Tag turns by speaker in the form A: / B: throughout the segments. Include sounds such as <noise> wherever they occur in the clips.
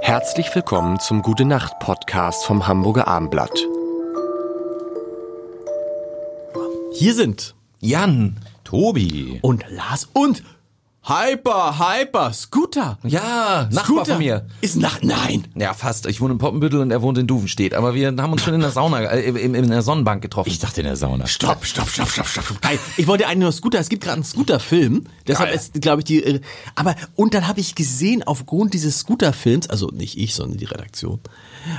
A: Herzlich willkommen zum Gute Nacht Podcast vom Hamburger Armblatt.
B: Hier sind
C: Jan.
B: Tobi und Lars und Hyper, Hyper, Scooter.
C: Ja, Nachbar von mir.
B: Ist nach, nein.
C: Ja, fast. Ich wohne in Poppenbüttel und er wohnt in Duvenstedt. Aber wir haben uns schon in der Sauna, äh, in, in der Sonnenbank getroffen.
B: Ich dachte in der Sauna. Stopp, stopp, stopp, stopp, stopp. stopp. Nein, ich wollte eigentlich nur Scooter. Es gibt gerade einen Scooter-Film. Deshalb
C: Geil.
B: ist, glaube ich, die. äh, Aber und dann habe ich gesehen, aufgrund dieses Scooter-Films, also nicht ich, sondern die Redaktion,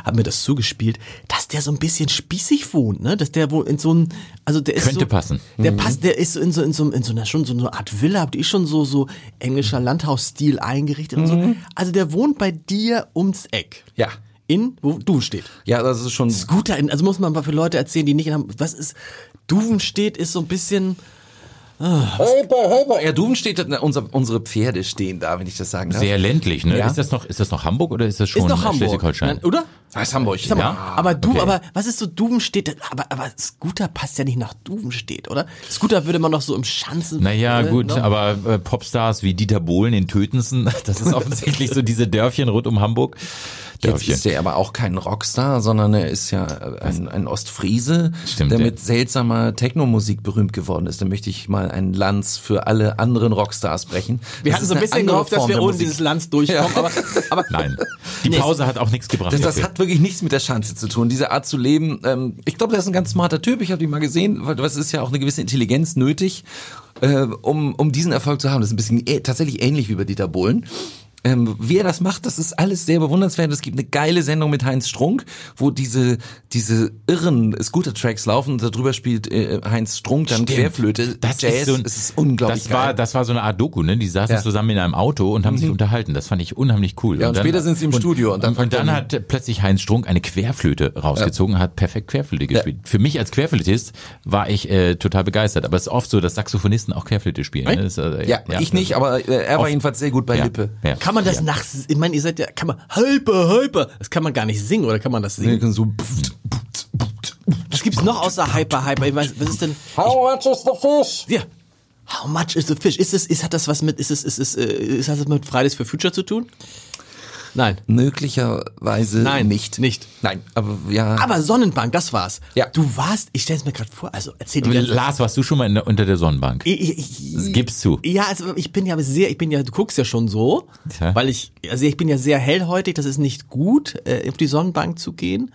B: hat mir das zugespielt, dass der so ein bisschen spießig wohnt, ne? Dass der wohl in so einem, also der ist
D: Könnte
B: so,
D: passen.
B: Der passt, der ist so in so in so, in so einer schon so eine Art Villa, die ist schon so so englischer Landhausstil eingerichtet und so. Also der wohnt bei dir ums Eck.
C: Ja.
B: In wo du steht.
C: Ja, das ist schon.
B: Scooter, in, also muss man mal für Leute erzählen, die nicht in Hamburg, was ist, Duvenstedt ist so ein bisschen,
C: Hyper, Hyper. Ja, Duvenstedt, hat- ne, unser, unsere Pferde stehen da, wenn ich das sagen darf.
D: Sehr ländlich, ne?
C: Ja.
D: Ist das noch, ist das noch Hamburg oder ist das schon
B: ist doch Hamburg,
D: Schleswig-Holstein?
B: Nein, oder?
C: Das Ah, ist Hamburg.
B: Sag mal,
C: ja.
B: aber du,
D: okay.
B: aber was ist so Duvenstedt, aber, aber Scooter passt ja nicht nach Duvenstedt, oder? Scooter würde man noch so im Schanzen.
D: Naja,
C: ne?
B: äh,
D: gut,
B: noch-
D: aber äh, Popstars wie Dieter Bohlen in Tötensen, <laughs> das ist offensichtlich so diese Dörfchen rund um Hamburg.
C: Jetzt
D: Dörfchen.
C: ist er aber auch kein Rockstar, sondern er ist ja äh, ein, ein Ostfriese,
D: Stimmt,
C: der
D: ja.
C: mit seltsamer Technomusik berühmt geworden ist. Da möchte ich mal einen Lanz für alle anderen Rockstars brechen.
B: Wir
C: Das
B: hatten
C: ist
B: so ein
C: eine
B: bisschen
C: andere
B: gehofft, dass
C: Form
B: wir
C: der
B: ohne
C: Musik.
B: dieses Land durchkommen, aber, aber
C: <laughs>
D: Nein. Die Pause hat auch nichts gebracht.
C: Das, das
D: Okay.
C: hat wirklich nichts mit der Schanze zu tun. Diese Art zu leben, ähm, ich glaube, der ist ein ganz smarter Typ. Ich habe ihn mal gesehen, weil das ist ja auch eine gewisse Intelligenz nötig, äh, um, um diesen Erfolg zu haben. Das ist ein bisschen äh, tatsächlich ähnlich wie bei Dieter Bohlen. Ähm, wie er das macht, das ist alles sehr bewundernswert. Es gibt eine geile Sendung mit Heinz Strunk, wo diese, diese irren Scooter-Tracks laufen und darüber spielt äh, Heinz Strunk dann
D: Stimmt.
C: Querflöte.
D: Das
C: Jazz.
D: ist so ein,
C: es ist unglaublich
D: das war,
C: geil.
D: Das war so eine Art Doku, ne? Die saßen
C: Ja. Mhm.
D: zusammen in einem Auto und haben sich unterhalten. Das fand ich unheimlich cool.
C: Ja, und später sind sie im Studio
D: Und dann, und dann hat plötzlich Heinz Strunk eine Querflöte rausgezogen, hat perfekt Querflöte gespielt. Für mich als Querflötist war ich äh, total begeistert. Aber es ist oft so, dass Saxophonisten auch Querflöte spielen. Ne? Das, ist, äh,
C: ja, ich nicht, aber äh, er war
D: Oft-
C: jedenfalls sehr gut bei
D: ja,
C: Lippe.
D: <laughs> Ja.
B: kann man das
D: ja.
B: nach, ich meine, ihr seid ja, kann man, halper, halper, das kann man gar nicht singen, oder kann man das singen?
C: So
B: Was gibt's noch außer Hyper, Hyper? Ich weiß, was ist denn,
C: How much is the fish?
B: ja. How much is the fish? Ist es, ist, hat das was mit, ist es, ist es, äh, ist das mit Fridays for Future zu tun? Nein.
C: Möglicherweise
B: Nein,
C: nicht.
B: nicht.
C: Nein, aber ja.
B: Aber Sonnenbank, das war's.
C: Ja.
B: Du warst, ich stell's mir gerade vor, also erzähl dir ganz-
D: Lars, warst du schon mal in der, unter der Sonnenbank?
B: Ich- ich- ich-
D: Gib's zu.
B: Ja, also ich bin ja sehr, ich bin ja, du guckst ja schon so,
D: Tja.
B: weil ich, also ich bin ja sehr hellhäutig, das ist nicht gut, äh, auf die Sonnenbank zu gehen.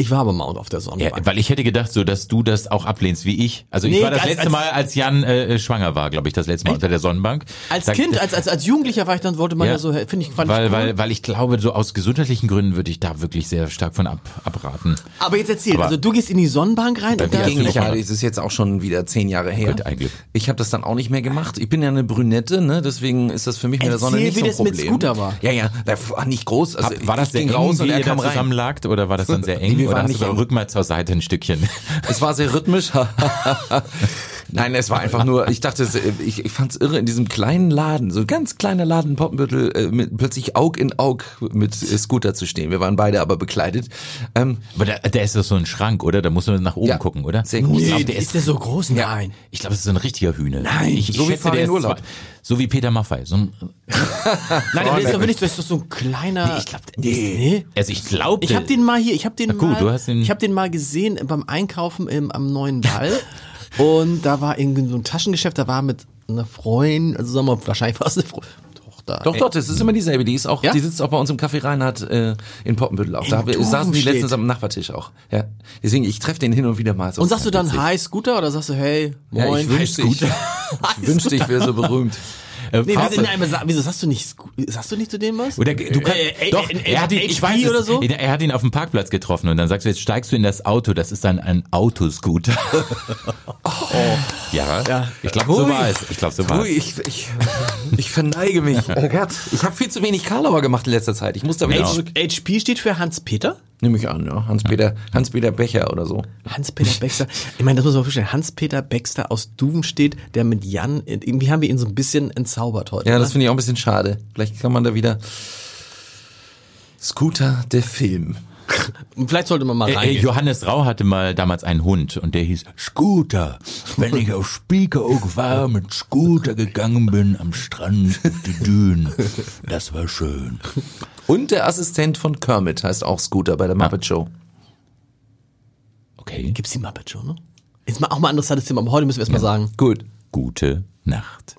B: Ich war aber mal auf der
D: Ja,
B: Sonnenbank.
D: weil ich hätte gedacht, so dass du das auch ablehnst wie ich. Also ich
B: Nee,
D: war das
B: als-
D: letzte
B: als-
D: Mal, als Jan äh, äh, schwanger war, glaube ich, das letzte Mal unter der Sonnenbank.
B: als
D: Da-
B: Kind, als, als, als Jugendlicher war ich dann, wollte man ja, so, finde ich, fand
D: weil,
B: ich cool.
D: weil, weil ich glaube, so aus gesundheitlichen Gründen würde ich da wirklich sehr stark von ab, abraten.
B: aber jetzt erzähl,
D: aber-
B: also du gehst in die Sonnenbank rein und
D: bin
B: da,
D: ich
C: Gegen mich,
D: Woche
C: ja,
D: noch.
C: das ist jetzt auch schon wieder zehn Jahre her.
D: Gut, ein Glück.
C: Ich habe das dann auch nicht mehr gemacht. Ich bin ja eine Brünette, ne? deswegen ist das für mich mit der
B: Erzähl,
C: Sonne nicht
B: wie
C: so ein
B: das mit
C: Problem.
B: Scooter war.
C: Ja, ja, da war nicht groß. Also
D: Hab, war das
C: ich
D: sehr
C: ging
D: eng,
C: raus und
D: wie
C: er
D: ihr da
C: kam rein.
D: zusammenlagt? Oder war das
C: <laughs>
D: dann sehr eng?
C: Nee, wir
D: oder
C: waren
D: hast
C: nicht
D: du
C: eng.
D: rück mal zur Seite ein Stückchen?
C: Es war sehr
D: <laughs>
C: rhythmisch. Nein, es war einfach nur, ich dachte, es- äh, ich, ich fand's irre in diesem kleinen Laden, so ein ganz kleiner Laden in Poppenbüttel, äh, mit, plötzlich Aug in Aug mit äh, Scooter zu stehen. Wir waren beide aber bekleidet. Ähm,
D: Aber da, da ist doch so ein Schrank, oder? Da muss man nach oben
C: Ja.
D: gucken, oder?
C: Sehr gut.
D: Ich
B: nee,
D: glaub,
B: der
D: der
B: ist der so groß? Nein.
D: Ich glaube, es ist so ein richtiger Hühne.
B: Nein,
D: ich, ich
C: so wie
D: schätze,
C: Fahr
D: der
C: in
D: ist
C: Urlaub.
D: zwei- So wie Peter Maffei. So ein,
B: Nein, der ist doch wirklich, das ist doch so ein kleiner. ich glaube, nee.
D: also ich glaube,
B: Ich habe den mal hier, ich habe den
D: Na gut,
B: mal,
D: du hast den-
B: ich habe den mal gesehen beim Einkaufen im, am neuen Wall und da war irgendwie so ein Taschengeschäft, da war mit einer Freundin, also sagen wir mal, wahrscheinlich war es eine Freundin, Tochter.
C: Doch, doch, das ist immer dieselbe. Die ist auch,
B: Äh, Ja?
C: die sitzt auch bei uns im Café Reinhardt äh, in Poppenbüttel auch.
B: In
C: Da wir- saßen die
B: Duvenstedt.
C: letztens am Nachbartisch auch. Ja. Deswegen, ich treffe den hin und wieder mal. So
B: Und sagst du dann Hi Scooter oder sagst du Hey Moin?
C: Ja, ich wünschte, ich,
B: <laughs>
C: ich, wünschte, ich wäre so berühmt.
D: äh,
B: Nee,
D: Fahrzeug-
B: wieso, nein, aber sa- wieso sagst du nicht Sco- sagst du nicht zu dem was?
D: Oder du kannst,
B: Äh, äh,
D: doch,
B: äh,
D: er hat ihn,
B: HP
D: ich weiß
B: oder
D: es,
B: so?
D: Er hat ihn auf dem Parkplatz getroffen und dann sagst du, jetzt steigst du in das Auto, das ist dann ein
B: <laughs>
D: Autoscooter. Oh. Ja,
B: Ja.
D: ich glaube, so
C: Ui.
D: war es. Ich glaube, so war
C: Ui,
D: es.
C: ich, ich, ich verneige mich.
B: <laughs>
C: Oh Gott. Ich habe viel zu wenig Karlauer gemacht in letzter Zeit. Ich muss da wieder
B: H-
C: zurück.
B: HP steht für Hans Peter?
C: Nehme ich an, ja. Hans-Peter Hans -Peter Becher oder so.
B: Hans-Peter Baxter. Ich meine, das muss man verstehen. Hans-Peter Baxter aus Duvenstedt, der mit Jan, irgendwie haben wir ihn so ein bisschen entzaubert heute.
C: Ja,
B: ne?
C: das finde ich auch ein bisschen schade. Vielleicht kann man da wieder... Scooter, der Film.
B: Und Vielleicht sollte man mal
D: Äh, äh,
B: reingehen.
D: Johannes Rau hatte mal damals einen Hund und der hieß Scooter. Wenn ich auf Spiekeroog war, mit Scooter gegangen bin am Strand, die Dünen, das war schön.
C: Und der Assistent von Kermit heißt auch Scooter bei der Muppet Show.
D: Okay.
B: Gibt's die Muppet Show, ne? Ist mal auch mal ein interessantes Thema, aber heute müssen wir erstmal mal sagen.
C: Gut.
D: Gute Nacht.